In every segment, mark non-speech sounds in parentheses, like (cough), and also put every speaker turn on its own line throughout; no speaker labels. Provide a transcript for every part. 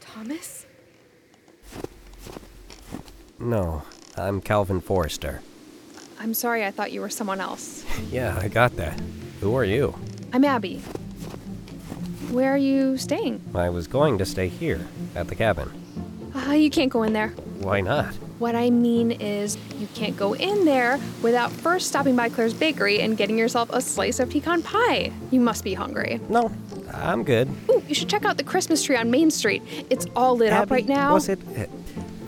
Thomas?
No, I'm Calvin Forrester.
I'm sorry, I thought you were someone else.
Yeah, I got that. Who are you?
I'm Abby. Where are you staying?
I was going to stay here, at the cabin.
Ah, you can't go in there.
Why not?
What I mean is, you can't go in there without first stopping by Claire's Bakery and getting yourself a slice of pecan pie. You must be hungry.
No, I'm good.
Ooh, you should check out the Christmas tree on Main Street. It's all lit up
Abby,
right now.
Was it? eh,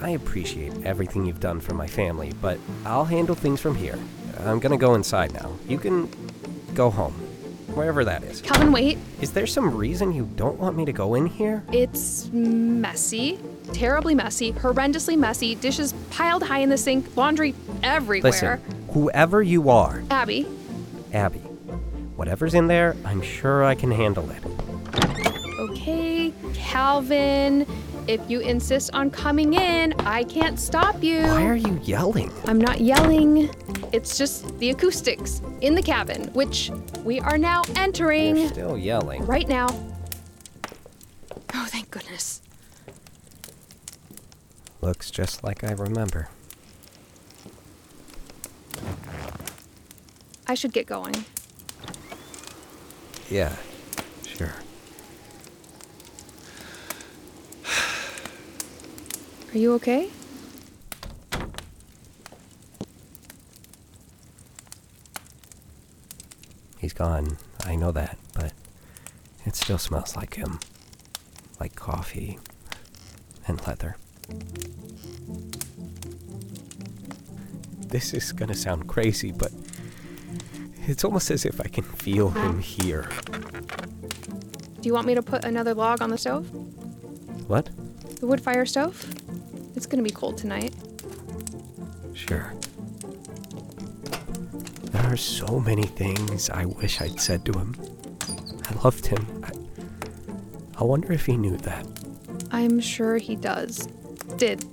I appreciate everything you've done for my family, but I'll handle things from here. I'm gonna go inside now. You can go home, wherever that is.
Come and wait.
Is there some reason you don't want me to go in here?
It's messy, terribly messy, horrendously messy, dishes piled high in the sink, laundry everywhere.
Listen, whoever you are,
Abby,
Abby, whatever's in there, I'm sure I can handle it.
okay, Calvin, if you insist on coming in, I can't stop you.
Why are you yelling?
I'm not yelling. It's just the acoustics in the cabin, which we are now
You're
entering
still yelling.
right now. Oh, thank goodness.
Looks just like I remember.
I should get going.
Yeah, sure.
Are you okay?
He's gone. I know that, but it still smells like him. Like coffee and leather. This is gonna sound crazy, but it's almost as if I can feel him here.
Do you want me to put another log on the stove?
What?
The wood fire stove? It's gonna be cold tonight.
Sure. There are so many things I wish I'd said to him. I loved him. I, I wonder if he knew that.
I'm sure he does. Did.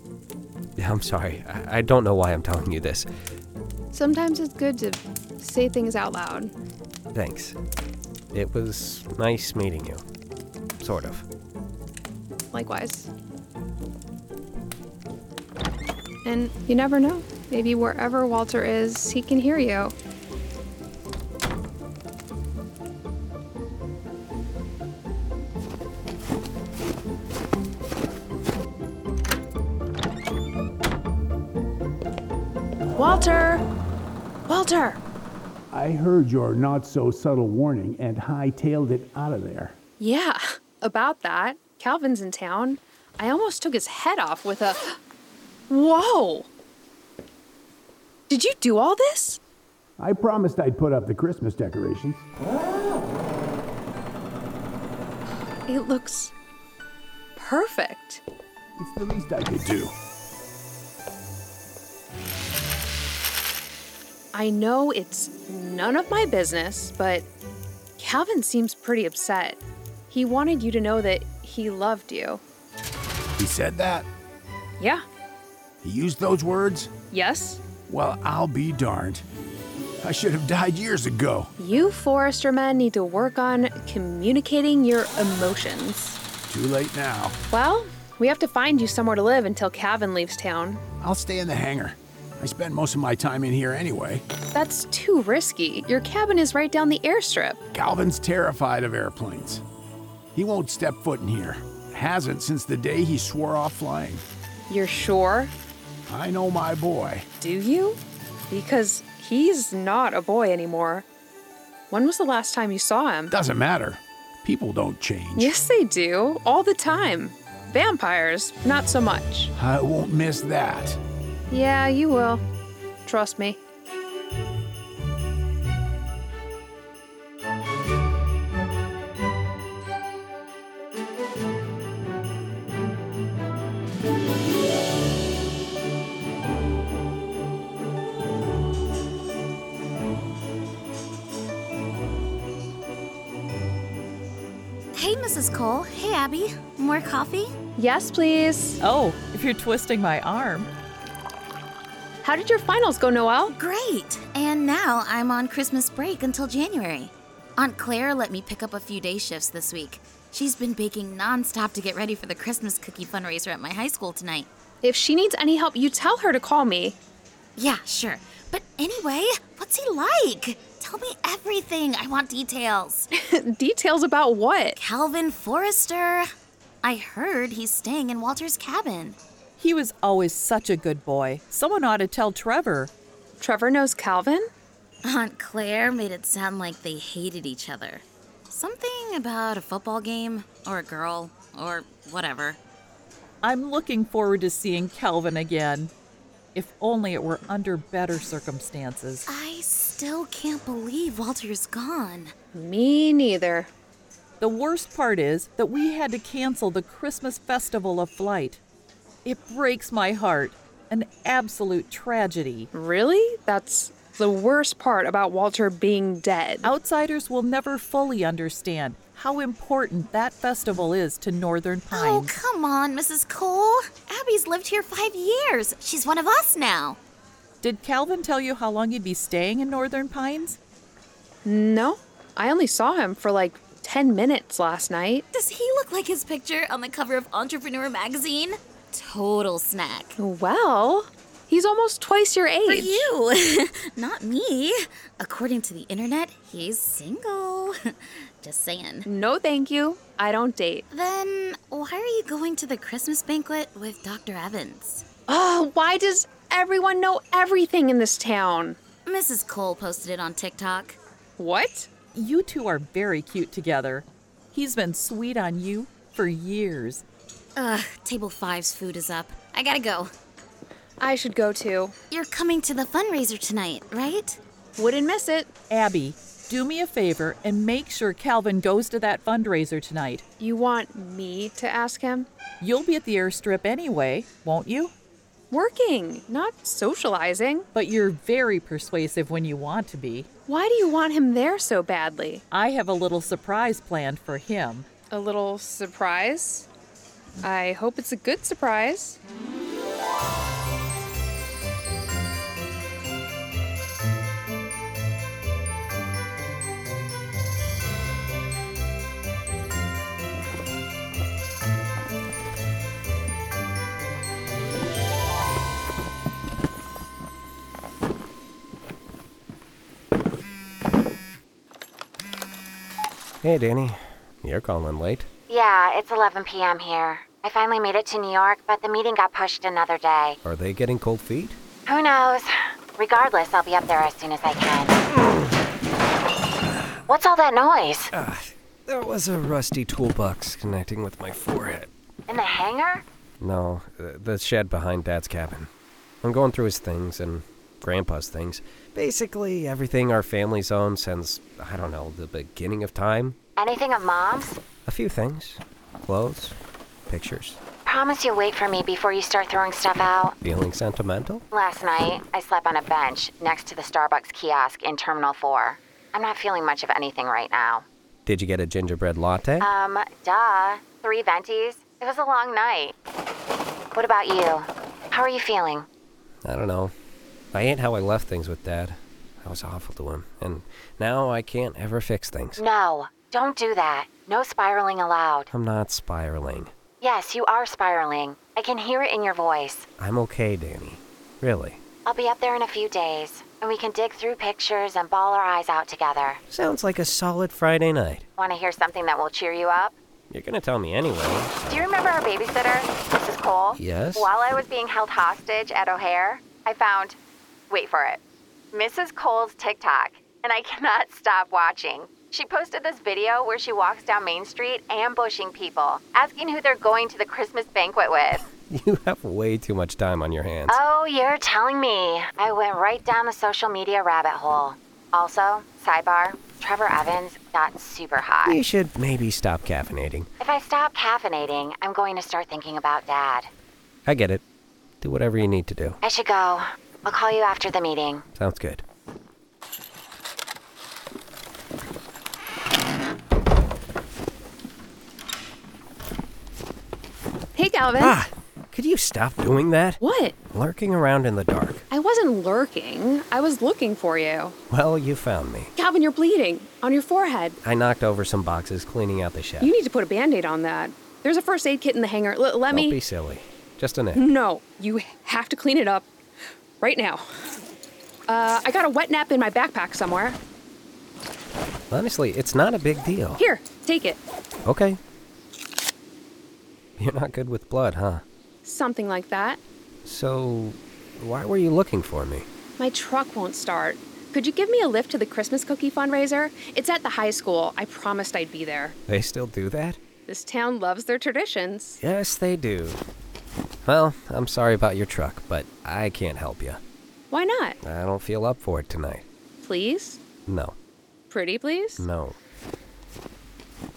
Yeah, I'm sorry. I, I don't know why I'm telling you this.
Sometimes it's good to say things out loud.
Thanks. It was nice meeting you. Sort of.
Likewise. And you never know. Maybe wherever Walter is, he can hear you. Walter! Walter!
I heard your not so subtle warning and hightailed it out of there.
Yeah, (laughs) about that. Calvin's in town. I almost took his head off with a. (gasps) Whoa! Did you do all this?
I promised I'd put up the Christmas decorations.
It looks perfect.
It's the least I could do.
I know it's none of my business, but Calvin seems pretty upset. He wanted you to know that he loved you.
He said that?
Yeah?
He used those words?
Yes?
Well, I'll be darned. I should have died years ago.
You Forester men need to work on communicating your emotions.
Too late now.
Well, we have to find you somewhere to live until Calvin leaves town.
I'll stay in the hangar. I spend most of my time in here anyway.
That's too risky. Your cabin is right down the airstrip.
Calvin's terrified of airplanes. He won't step foot in here. Hasn't since the day he swore off flying.
You're sure?
I know my boy.
Do you? Because he's not a boy anymore. When was the last time you saw him?
Doesn't matter. People don't change.
Yes, they do. All the time. Vampires, not so much.
I won't miss that.
Yeah, you will. Trust me.
Hey, Mrs. Cole. Hey, Abby. More coffee?
Yes, please.
Oh, if you're twisting my arm.
How did your finals go, Noel?
Great. And now I'm on Christmas break until January. Aunt Claire let me pick up a few day shifts this week. She's been baking nonstop to get ready for the Christmas cookie fundraiser at my high school tonight.
If she needs any help, you tell her to call me.
Yeah, sure. But anyway, what's he like? Tell me everything. I want details.
Details about what?
Calvin Forrester. I heard he's staying in Walter's cabin.
He was always such a good boy. Someone ought to tell Trevor.
Trevor knows Calvin?
Aunt Claire made it sound like they hated each other. Something about a football game, or a girl, or whatever.
I'm looking forward to seeing Calvin again. If only it were under better circumstances.
I still can't believe Walter's gone.
Me neither.
The worst part is that we had to cancel the Christmas Festival of Flight. It breaks my heart. An absolute tragedy.
Really? That's the worst part about Walter being dead.
Outsiders will never fully understand how important that festival is to Northern
Oh,
Pines.
come on, Mrs. Cole. Abby's lived here five years. She's one of us now.
Did Calvin tell you how long you'd be staying in Northern Pines?
No, I only saw him for like 10 minutes last night.
Does he look like his picture on the cover of Entrepreneur magazine? Total snack.
Well, he's almost twice your
For
age.
you, (laughs) not me. According to the internet, he's single. (laughs) Just saying.
No, thank you. I don't date.
Then why are you going to the Christmas banquet with Dr. Evans?
Oh, why does everyone know everything in this town?
Mrs. Cole posted it on TikTok.
What?
You two are very cute together. He's been sweet on you for years.
Ugh, table five's food is up. I gotta go.
I should go too.
You're coming to the fundraiser tonight, right?
Wouldn't miss it.
Abby, do me a favor and make sure Calvin goes to that fundraiser tonight.
You want me to ask him?
You'll be at the airstrip anyway, won't you?
Working, not socializing.
But you're very persuasive when you want to be.
Why do you want him there so badly?
I have a little surprise planned for him.
A little surprise. I hope it's a good surprise.
Hey, Danny. You're calling late.
Yeah, it's 11 p.m. here. I finally made it to New York, but the meeting got pushed another day.
Are they getting cold feet?
Who knows? Regardless, I'll be up there as soon as I can. What's all that noise?
Ah, There was a rusty toolbox connecting with my forehead.
In the hangar?
No, uh, the shed behind Dad's cabin. I'm going through his things and Grandpa's things. Basically, everything our family's owned since, I don't know, the beginning of time.
Anything of mom's?
A few things clothes, pictures.
Promise you'll wait for me before you start throwing stuff out.
Feeling sentimental?
Last night, I slept on a bench next to the Starbucks kiosk in Terminal 4. I'm not feeling much of anything right now.
Did you get a gingerbread latte?
Um, duh. Three venties? It was a long night. What about you? How are you feeling?
I don't know. I ain't how I left things with Dad. I was awful to him, and now I can't ever fix things.
No, don't do that. No spiraling allowed.
I'm not spiraling.
Yes, you are spiraling. I can hear it in your voice.
I'm okay, Danny. Really.
I'll be up there in a few days, and we can dig through pictures and ball our eyes out together.
Sounds like a solid Friday night.
Want to hear something that will cheer you up?
You're gonna tell me anyway.
Do you remember our babysitter, Mrs. Cole?
Yes.
While I was being held hostage at O'Hare, I found, wait for it, Mrs. Cole's TikTok, and I (laughs) cannot stop watching. She posted this video where she walks down Main Street ambushing people, asking who they're going to the Christmas banquet with.
(laughs) You have way too much time on your hands.
Oh, you're telling me. I went right down the social media rabbit hole. Also, sidebar, Trevor Evans got super hot.
you should maybe stop caffeinating.
If I stop caffeinating, I'm going to start thinking about Dad.
I get it. Do whatever you need to do.
I should go. I'll call you after the meeting.
Sounds good.
Hey, Calvin.
Ah! Could you stop doing that?
What?
Lurking around in the dark.
I wasn't lurking. I was looking for you.
Well, you found me.
Calvin, you're bleeding on your forehead.
I knocked over some boxes cleaning out the shed.
You need to put a band aid on that. There's a first aid kit in the hangar. L- let
Don't
me.
be silly. Just a nick.
No, you have to clean it up right now. Uh, I got a wet nap in my backpack somewhere.
Honestly, it's not a big deal.
Mm-hmm. Here, take it.
Okay. You're not good with blood, huh?
Something like that.
So, why were you looking for me?
My truck won't start. Could you give me a lift to the Christmas cookie fundraiser? It's at the high school. I promised I'd be there.
They still do that?
This town loves their traditions.
Yes, they do. Well, I'm sorry about your truck, but I can't help you.
Why not?
I don't feel up for it tonight.
Please?
No,
Pretty please?
no.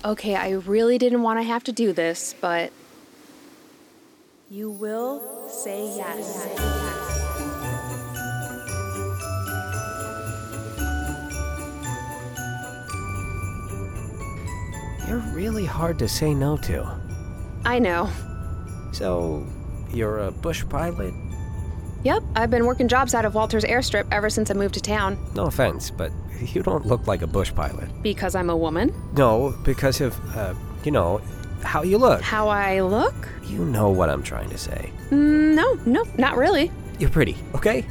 Mm. Okay, I really didn't want to have to do this, but
You will say yes.
You're really hard to say no to.
I know.
So, you're a bush pilot?
Yep, I've been working jobs out of Walter's airstrip ever since I moved to town.
No offense, but you don't look like a bush pilot.
Because I'm a woman?
No, because of, uh, you know, how you look.
How I look?
You know what I'm trying to say.
Mm, No, no, not really.
You're pretty, okay?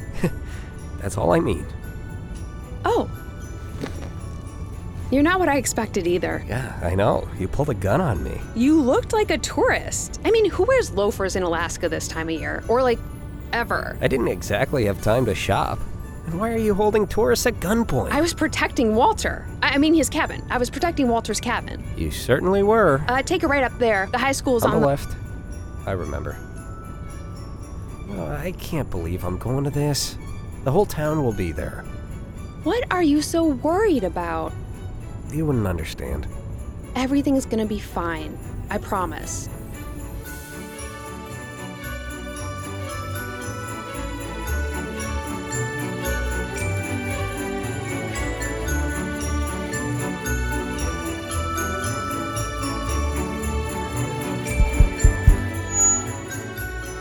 (laughs) That's all I mean.
Oh. You're not what I expected either.
Yeah, I know. You pulled a gun on me.
You looked like a tourist. I mean, who wears loafers in Alaska this time of year? Or like ever?
I didn't exactly have time to shop. And why are you holding tourists at gunpoint?
I was protecting Walter. I I mean, his cabin. I was protecting Walter's cabin.
You certainly were.
Uh, take a right up there. The high school's
on
on,
the left. I remember. No, I can't believe I'm going to this. The whole town will be there.
What are you so worried about?
You wouldn't understand.
Everything's gonna be fine. I promise.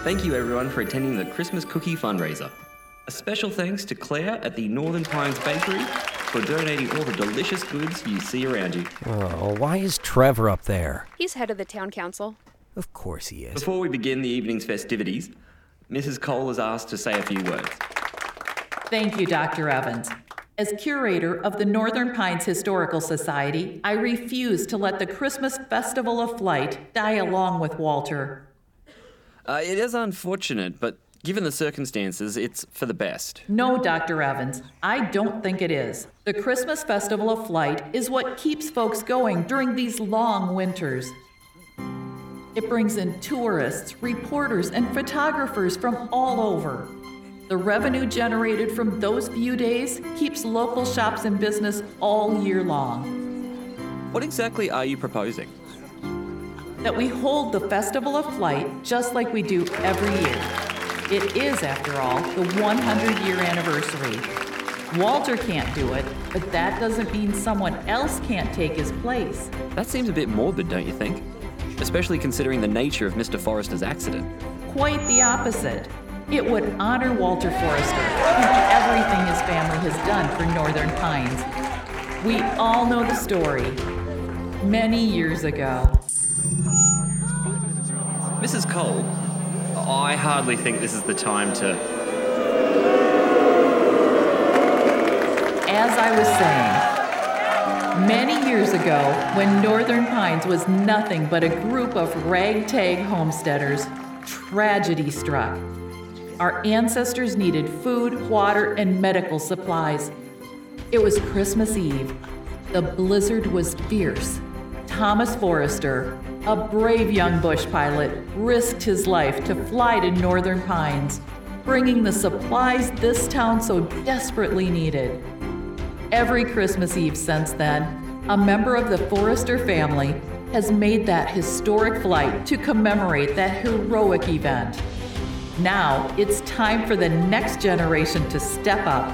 Thank you, everyone, for attending the Christmas Cookie Fundraiser. A special thanks to Claire at the Northern Pines Bakery for donating all the delicious goods you see around you.
Oh, why is Trevor up there?
He's head of the town council.
Of course he is.
Before we begin the evening's festivities, Mrs. Cole is asked to say a few words.
Thank you, Dr. Evans. As curator of the Northern Pines Historical Society, I refuse to let the Christmas Festival of Flight die along with Walter.
Uh, it is unfortunate, but given the circumstances, it's for the best.
No, Dr. Evans, I don't think it is. The Christmas Festival of Flight is what keeps folks going during these long winters. It brings in tourists, reporters, and photographers from all over. The revenue generated from those few days keeps local shops in business all year long.
What exactly are you proposing?
That we hold the Festival of Flight just like we do every year. It is, after all, the 100 year anniversary. Walter can't do it, but that doesn't mean someone else can't take his place.
That seems a bit morbid, don't you think? Especially considering the nature of Mr. Forrester's accident.
Quite the opposite. It would honor Walter Forrester and everything his family has done for Northern Pines. We all know the story. Many years ago.
Mrs. Cole, I hardly think this is the time to.
As I was saying, many years ago, when Northern Pines was nothing but a group of ragtag homesteaders, tragedy struck. Our ancestors needed food, water, and medical supplies. It was Christmas Eve. The blizzard was fierce. Thomas Forrester, a brave young bush pilot, risked his life to fly to Northern Pines, bringing the supplies this town so desperately needed. Every Christmas Eve since then, a member of the Forrester family has made that historic flight to commemorate that heroic event. Now it's time for the next generation to step up.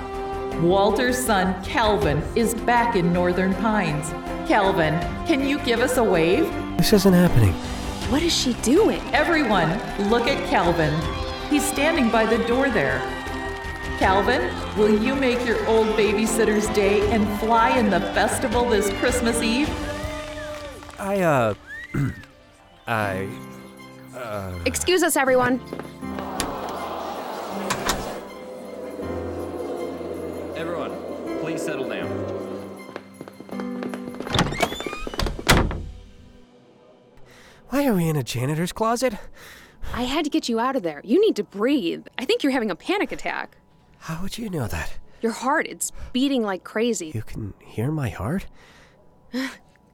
Walter's son, Calvin, is back in Northern Pines. Calvin, can you give us a wave?
This isn't happening.
What is she doing?
Everyone, look at Calvin. He's standing by the door there. Calvin, will you make your old babysitter's day and fly in the festival this Christmas Eve?
I, uh. (clears throat) I.
Excuse us, everyone.
Everyone, please settle down.
Why are we in a janitor's closet?
I had to get you out of there. You need to breathe. I think you're having a panic attack.
How would you know that?
Your heart, it's beating like crazy.
You can hear my heart?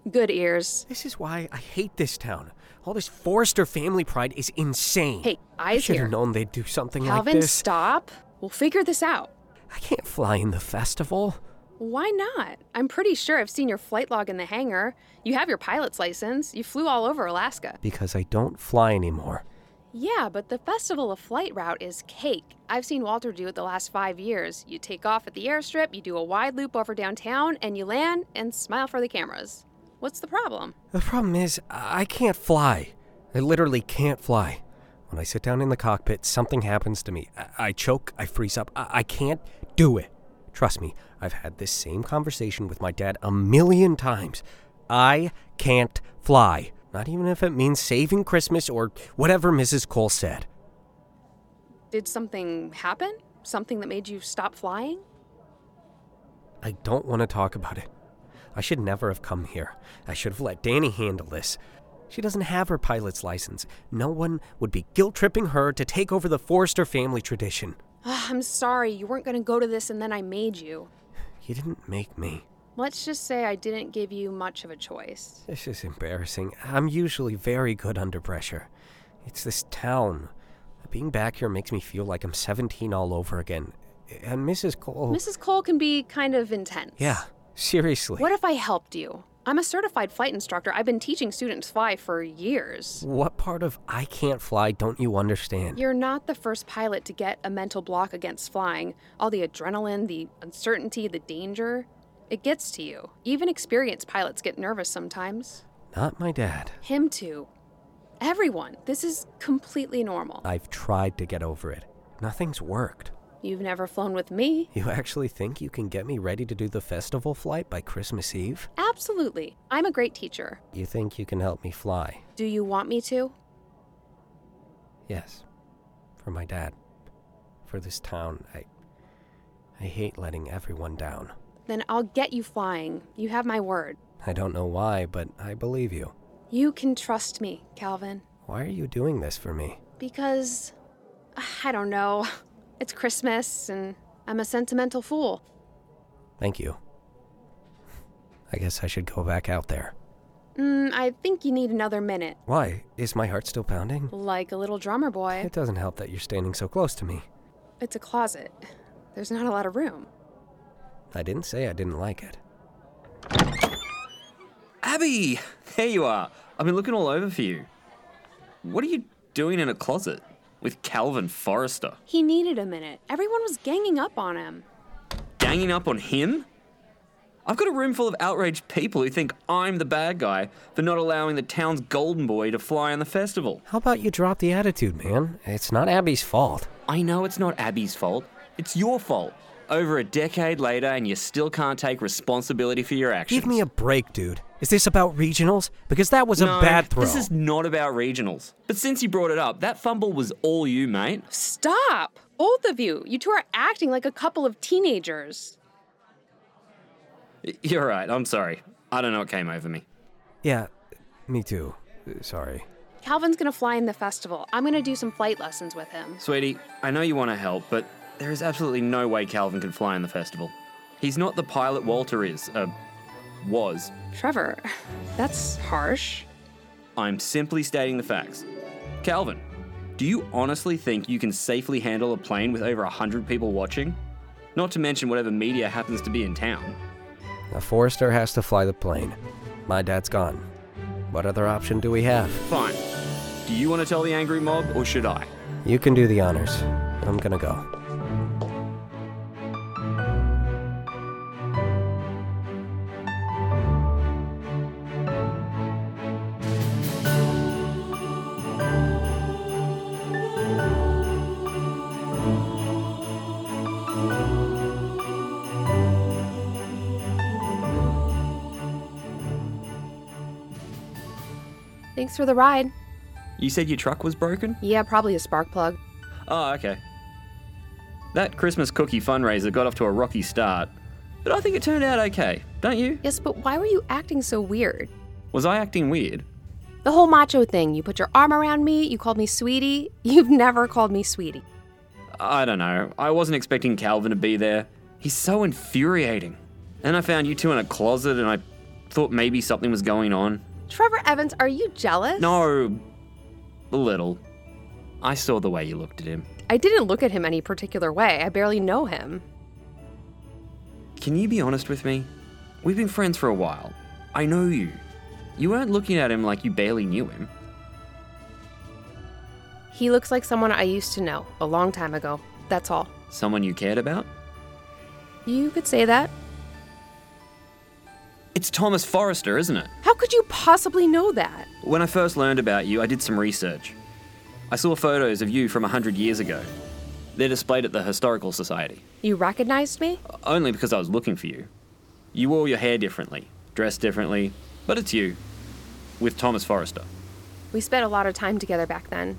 Good ears.
This is why I hate this town. All this Forrester family pride is insane.
Hey,
I
eyes
should
here.
have known they'd do something like
Calvin,
this.
stop. We'll figure this out.
I can't fly in the festival.
Why not? I'm pretty sure I've seen your flight log in the hangar. You have your pilot's license. You flew all over Alaska.
Because I don't fly anymore.
Yeah, but the Festival of Flight route is cake. I've seen Walter do it the last five years. You take off at the airstrip, you do a wide loop over downtown, and you land and smile for the cameras. What's the problem?
The problem is, I can't fly. I literally can't fly. When I sit down in the cockpit, something happens to me. I, I choke, I freeze up, I-, I can't do it. Trust me, I've had this same conversation with my dad a million times. I can't fly. Not even if it means saving Christmas or whatever Mrs. Cole said.
Did something happen? Something that made you stop flying?
I don't want to talk about it. I should never have come here. I should have let Danny handle this. She doesn't have her pilot's license. No one would be guilt tripping her to take over the Forrester family tradition.
Ugh, Ah, I'm sorry, you weren't going to go to this and then I made you.
You didn't make me.
Let's just say I didn't give you much of a choice.
This is embarrassing. I'm usually very good under pressure. It's this town. Being back here makes me feel like I'm 17 all over again. And Mrs. Cole.
Mrs. Cole can be kind of intense.
Oh. Yeah, seriously.
What if I helped you? I'm a certified flight instructor. I've been teaching students fly for years.
What part of I can't fly don't you understand?
You're not the first pilot to get a mental block against flying. All the adrenaline, the uncertainty, the danger, it gets to you. Even experienced pilots get nervous sometimes.
Not my dad.
Him too. Everyone. This is completely normal.
I've tried to get over it. Nothing's worked.
You've never flown with me?
You actually think you can get me ready to do the festival flight by Christmas Eve?
Absolutely. I'm a great teacher.
You think you can help me fly?
Do you want me to?
Yes. For my dad. For this town. I. I hate letting everyone down.
Then I'll get you flying. You have my word.
I don't know why, but I believe you.
You can trust me, Calvin.
Why are you doing this for me?
Because I don't know. (laughs) It's Christmas and I'm a sentimental fool.
Thank you. I guess I should go back out there.
Mm, I think you need another minute,
Why? Is my heart still pounding?
like a little drummer boy.
It doesn't help that you're standing so close to me.
It's a closet. There's not a lot of room.
I didn't say I didn't like it.
Abby, there you are. I've been looking all over for you. What are you doing in a closet with Calvin Forrester?
He needed a minute. Everyone was ganging up on him.
Ganging up on him? I've got a room full of outraged people who think I'm the bad guy for not allowing the town's golden boy to fly on the festival.
How about you drop the attitude, man? It's not Abby's fault.
I know it's not Abby's fault, it's your fault. Over a decade later, and you still can't take responsibility for your actions.
Give me a break, dude. Is this about regionals? Because that was
No,
a bad throw.
This is not about regionals. But since you brought it up, that fumble was all you, mate.
Stop! Both of you! You two are acting like a couple of teenagers.
You're right. I'm sorry. I don't know what came over me.
Yeah, me too. Uh, Sorry.
Calvin's gonna fly in the festival. I'm gonna do some flight lessons with him.
Sweetie, I know you want to help, but there is absolutely no way Calvin can fly in the festival. He's not the pilot Walter is, uh, was.
Trevor, that's harsh.
I'm simply stating the facts. Calvin, do you honestly think you can safely handle a plane with over 100 people watching? Not to mention whatever media happens to be in town.
A Forrester has to fly the plane. My dad's gone. What other option do we have?
Fine. Do you want to tell the angry mob, or should I?
You can do the honors. I'm gonna go.
Thanks for the ride.
You said your truck was broken?
Yeah, probably a spark plug.
Oh, okay. That Christmas cookie fundraiser got off to a rocky start, but I think it turned out okay, don't you?
Yes, but why were you acting so weird?
Was I acting weird?
The whole macho thing. You put your arm around me, you called me sweetie. (laughs) You've never called me sweetie.
I don't know. I wasn't expecting Calvin to be there. He's so infuriating. And I found you two in a closet and I thought maybe something was going on.
Trevor Evans, are you jealous?
No, a little. I saw the way you looked at him.
I didn't look at him any particular way. I barely know him.
Can you be honest with me? We've been friends for a while. I know you. You weren't looking at him like you barely knew him.
He looks like someone I used to know a long time ago. That's all.
Someone you cared about?
You could say that.
It's Thomas Forrester, isn't it?
How could you possibly know that?
When I first learned about you, I did some research. I saw photos of you from 100 years ago. They're displayed at the Historical Society.
You recognized me?
Only because I was looking for you. You wore your hair differently, dressed differently, but it's you. With Thomas Forrester.
We spent a lot of time together back then.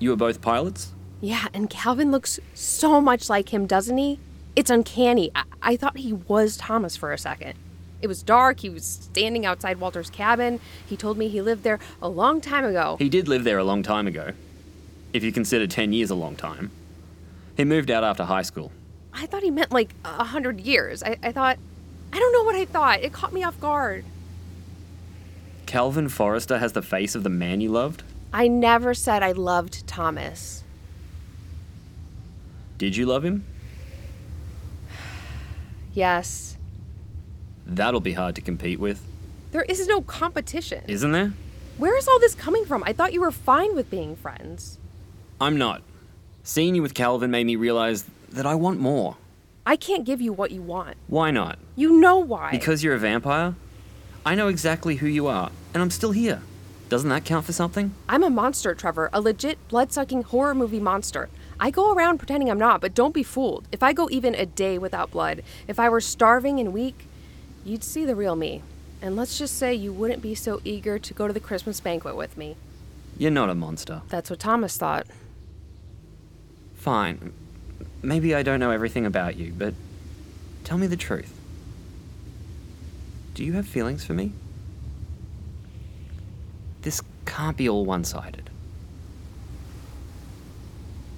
You were both pilots?
Yeah, and Calvin looks so much like him, doesn't he? It's uncanny. I, I thought he was Thomas for a second. It was dark. He was standing outside Walter's cabin. He told me he lived there a long time ago.
He did live there a long time ago. If you consider 10 years a long time. He moved out after high school.
I thought he meant like a hundred years. I, I thought, I don't know what I thought. It caught me off guard.
Calvin Forrester has the face of the man you loved?
I never said I loved Thomas.
Did you love him?
Yes.
That'll be hard to compete with.
There is no competition.
Isn't there?
Where is all this coming from? I thought you were fine with being friends.
I'm not. Seeing you with Calvin made me realize that I want more.
I can't give you what you want.
Why not?
You know why.
Because you're a vampire? I know exactly who you are, and I'm still here. Doesn't that count for something?
I'm a monster, Trevor, a legit blood sucking horror movie monster. I go around pretending I'm not, but don't be fooled. If I go even a day without blood, if I were starving and weak, you'd see the real me. And let's just say you wouldn't be so eager to go to the Christmas banquet with me.
You're not a monster.
That's what Thomas thought.
Fine. Maybe I don't know everything about you, but tell me the truth. Do you have feelings for me? This can't be all one sided.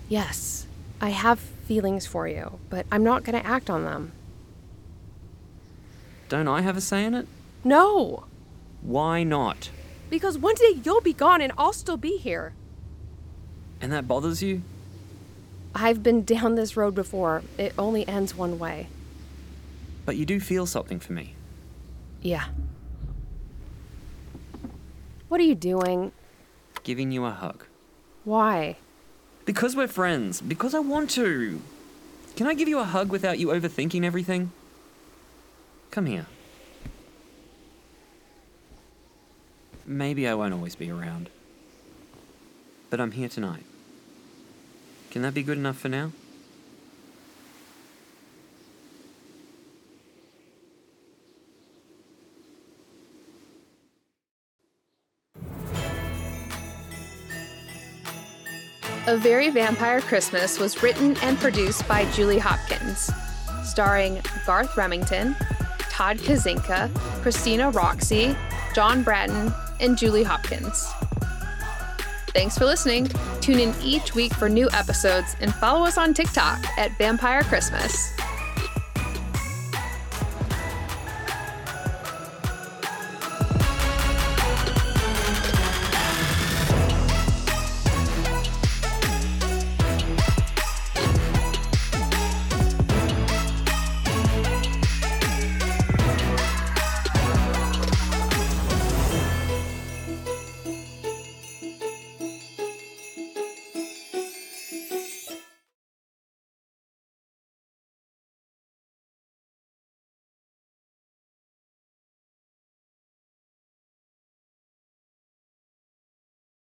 Yes, I have feelings for you, but I'm not going to act on them.
Don't I have a say in it?
No,
Why not?
because one day you'll be gone and I'll still be here.
And that bothers you?
I've been down this road before. It only ends one way.
But you do feel something for me.
Yeah. What are you doing?
Giving you a hug.
Why?
Because we're friends. Because I want to. Can I give you a hug without you overthinking everything? Come here. Maybe I won't always be around. But I'm here tonight. Can that be good enough for now?
A Very Vampire Christmas was written and produced by Julie Hopkins, starring Garth Remington, Todd Kazinka, Christina Roxy, John Bratton, and Julie Hopkins. Thanks for listening. Tune in each week for new episodes and follow us on TikTok at Vampire Christmas.